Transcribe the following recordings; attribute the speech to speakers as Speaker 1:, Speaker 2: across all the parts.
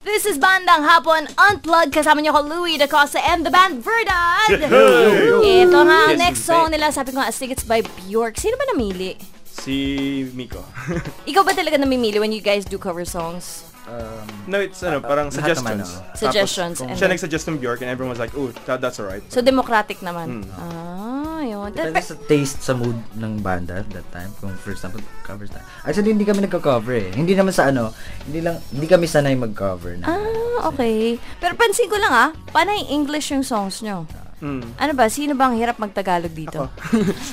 Speaker 1: This is Bandang Hapon Unplugged. Kasama niyo ko Louie Dacosta and the band Verdad. Ito nga ang
Speaker 2: Yes,
Speaker 1: next song
Speaker 2: babe.
Speaker 1: nila. Sabi ko nga, Astig It's by Bjork. Sino ba namili?
Speaker 2: Si Miko.
Speaker 1: Ikaw ba talaga namimili when you guys do cover songs?
Speaker 3: Um,
Speaker 2: no, it's ano, parang
Speaker 3: lahat
Speaker 2: suggestions.
Speaker 3: naman,
Speaker 2: Tapos,
Speaker 1: Suggestions and
Speaker 2: siya
Speaker 1: then-
Speaker 2: nagsuggest ng Bjork and everyone was like, oh, that, that's alright.
Speaker 1: So, democratic naman.
Speaker 2: Hmm.
Speaker 1: Ah, yun.
Speaker 3: Depende sa taste sa mood ng banda that time. Kung for example, cover tayo. Actually, hindi kami nagko-cover eh. Hindi naman sa ano, hindi lang, hindi kami sanay mag-cover na.
Speaker 1: Ah, okay. Pero pansin ko lang ah, panay English yung songs nyo.
Speaker 2: Hmm.
Speaker 1: Ano ba? Sino ba ang hirap magtagalog dito?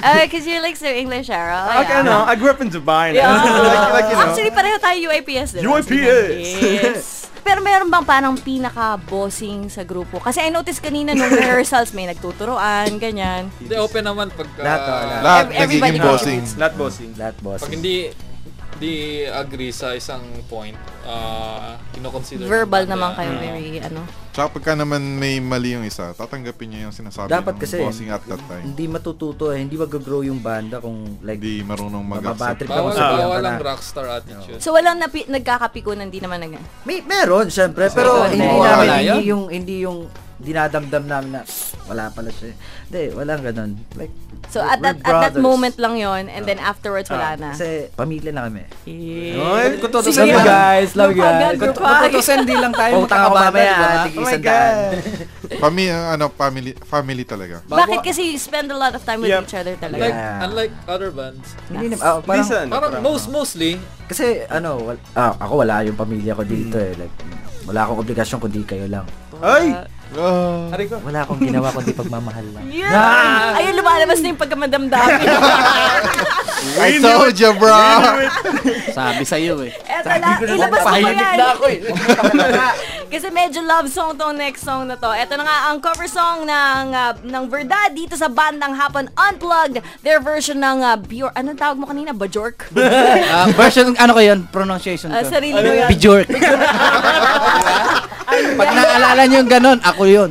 Speaker 1: Ah, Because you're like so English, ah, Cheryl.
Speaker 2: Like,
Speaker 1: Yeah.
Speaker 2: ano, I grew up in Dubai. and- like, like, you
Speaker 1: Ah.
Speaker 2: know.
Speaker 1: Actually, pareho tayo UIPS, diba?
Speaker 2: UIPS!
Speaker 1: Yes. Pero meron bang parang pinaka-bossing sa grupo? Kasi I noticed kanina nung rehearsals, may nagtuturoan, ganyan.
Speaker 4: Hindi, open naman uh, pagka...
Speaker 3: Lahat, oh, lahat.
Speaker 5: Lahat
Speaker 1: Ev- everybody
Speaker 5: nagiging bossing.
Speaker 2: Lahat bossing.
Speaker 3: Lahat boss.
Speaker 4: Pag hindi di agree sa isang point, uh, kinoconsider ng
Speaker 1: Verbal
Speaker 4: banda
Speaker 1: naman
Speaker 4: yan.
Speaker 1: kayo, very ano.
Speaker 5: Tsaka pagka naman may mali yung isa, tatanggapin niya yung sinasabi
Speaker 3: Dapat
Speaker 5: ng
Speaker 3: kasi,
Speaker 5: bossing at that time.
Speaker 3: hindi matututo eh. Hindi mag-grow yung banda kung like,
Speaker 5: Hindi marunong
Speaker 3: Mababattery
Speaker 5: mag-accept.
Speaker 3: ka
Speaker 4: Bawal,
Speaker 3: sa
Speaker 4: bawal
Speaker 3: na.
Speaker 4: ang rockstar attitude.
Speaker 1: So, walang napi- nagkakapikunan, di naman nag...
Speaker 3: May, meron, syempre. Pero
Speaker 4: wala
Speaker 3: hindi
Speaker 4: yun.
Speaker 3: namin,
Speaker 4: Wala
Speaker 3: hindi yung, hindi yung dinadamdam namin na wala pala siya. Hindi, walang ganun. Like,
Speaker 1: So, at
Speaker 3: we're
Speaker 1: that, at that
Speaker 3: brothers.
Speaker 1: moment lang yon and then afterwards, wala na.
Speaker 3: Kasi pamilya na kami.
Speaker 2: Ay, kung totoo
Speaker 1: Sige.
Speaker 2: lang.
Speaker 3: guys, love you ah.
Speaker 1: Agad,
Speaker 3: guys.
Speaker 1: group hug.
Speaker 3: lang tayo oh, tanga ko mamaya, ah, tig
Speaker 2: Oh my
Speaker 3: isang
Speaker 2: God.
Speaker 3: daan.
Speaker 5: Pami, ano, family, family talaga.
Speaker 1: Bakit kasi you spend a lot of time with
Speaker 2: Yep.
Speaker 1: each other talaga?
Speaker 4: Like,
Speaker 3: Yeah.
Speaker 4: unlike other bands,
Speaker 3: Hindi naman, ah, parang,
Speaker 2: Lisa, ano,
Speaker 4: parang most, mostly,
Speaker 3: kasi ano, wal- ah, ako wala yung pamilya ko dito
Speaker 6: Mm.
Speaker 3: eh. Like, wala akong obligasyon kundi kayo lang.
Speaker 2: Ay!
Speaker 5: Ah,
Speaker 2: Aray ko.
Speaker 3: Wala akong ginawa kundi pagmamahal lang.
Speaker 1: Yeah! Ayun, lumalabas na yung pagkamadamdamin.
Speaker 5: I told you, bro!
Speaker 6: Sabi sa iyo eh.
Speaker 1: Eto na, ilabas mo yan. Kasi medyo love song tong next song na to. Ito na nga ang cover song ng ah, ng Verdad dito sa bandang Hapon Unplugged. Their version ng uh, Bjork. Anong tawag mo kanina? Bajork?
Speaker 6: Ah, version, ano ko yun? Pronunciation
Speaker 1: Ah,
Speaker 6: ko.
Speaker 1: sarili mo yan.
Speaker 6: Bjork. Pag naalala niyo yung ganun, ako yun.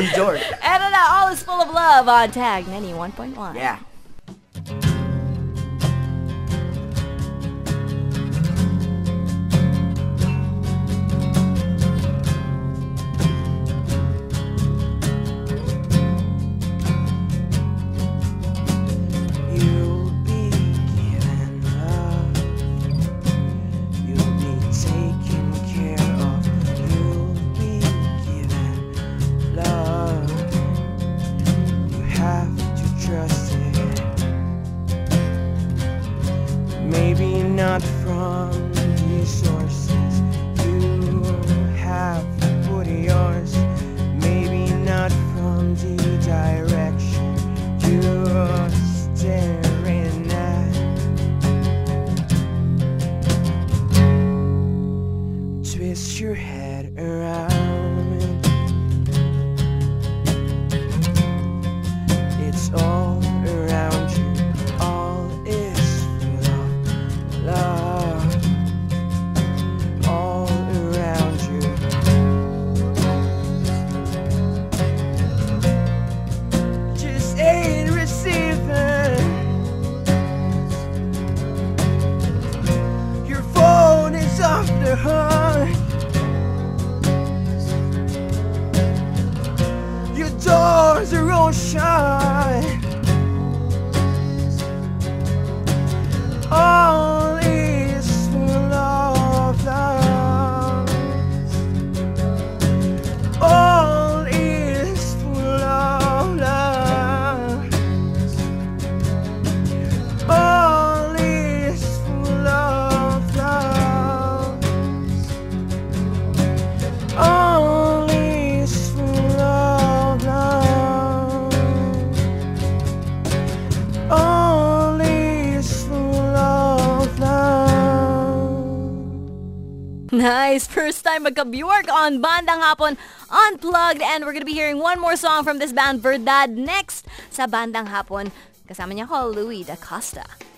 Speaker 3: Di George.
Speaker 1: Eto na, All is Full of Love on Tag 91.1.
Speaker 3: Yeah.
Speaker 7: You'll be given love. You'll be taken care of. You'll be given love. You have to trust it. Maybe not from these sources. You have to put yours. Maybe not from the direction you're staring at. Twist your head around. It's all around you. All is full of love. All around you. just ain't receiving. Your phone is off the hook. Your doors are all shut. All is full of love. All is full of love. All is full of love. All is full of love. All is full of love.
Speaker 1: Nice. First time magka-Bjork on Bandang Hapon Unplugged. And we're gonna be hearing one more song from this band, Verdad, next sa Bandang Hapon. Kasama niya ko, Louis Da Costa.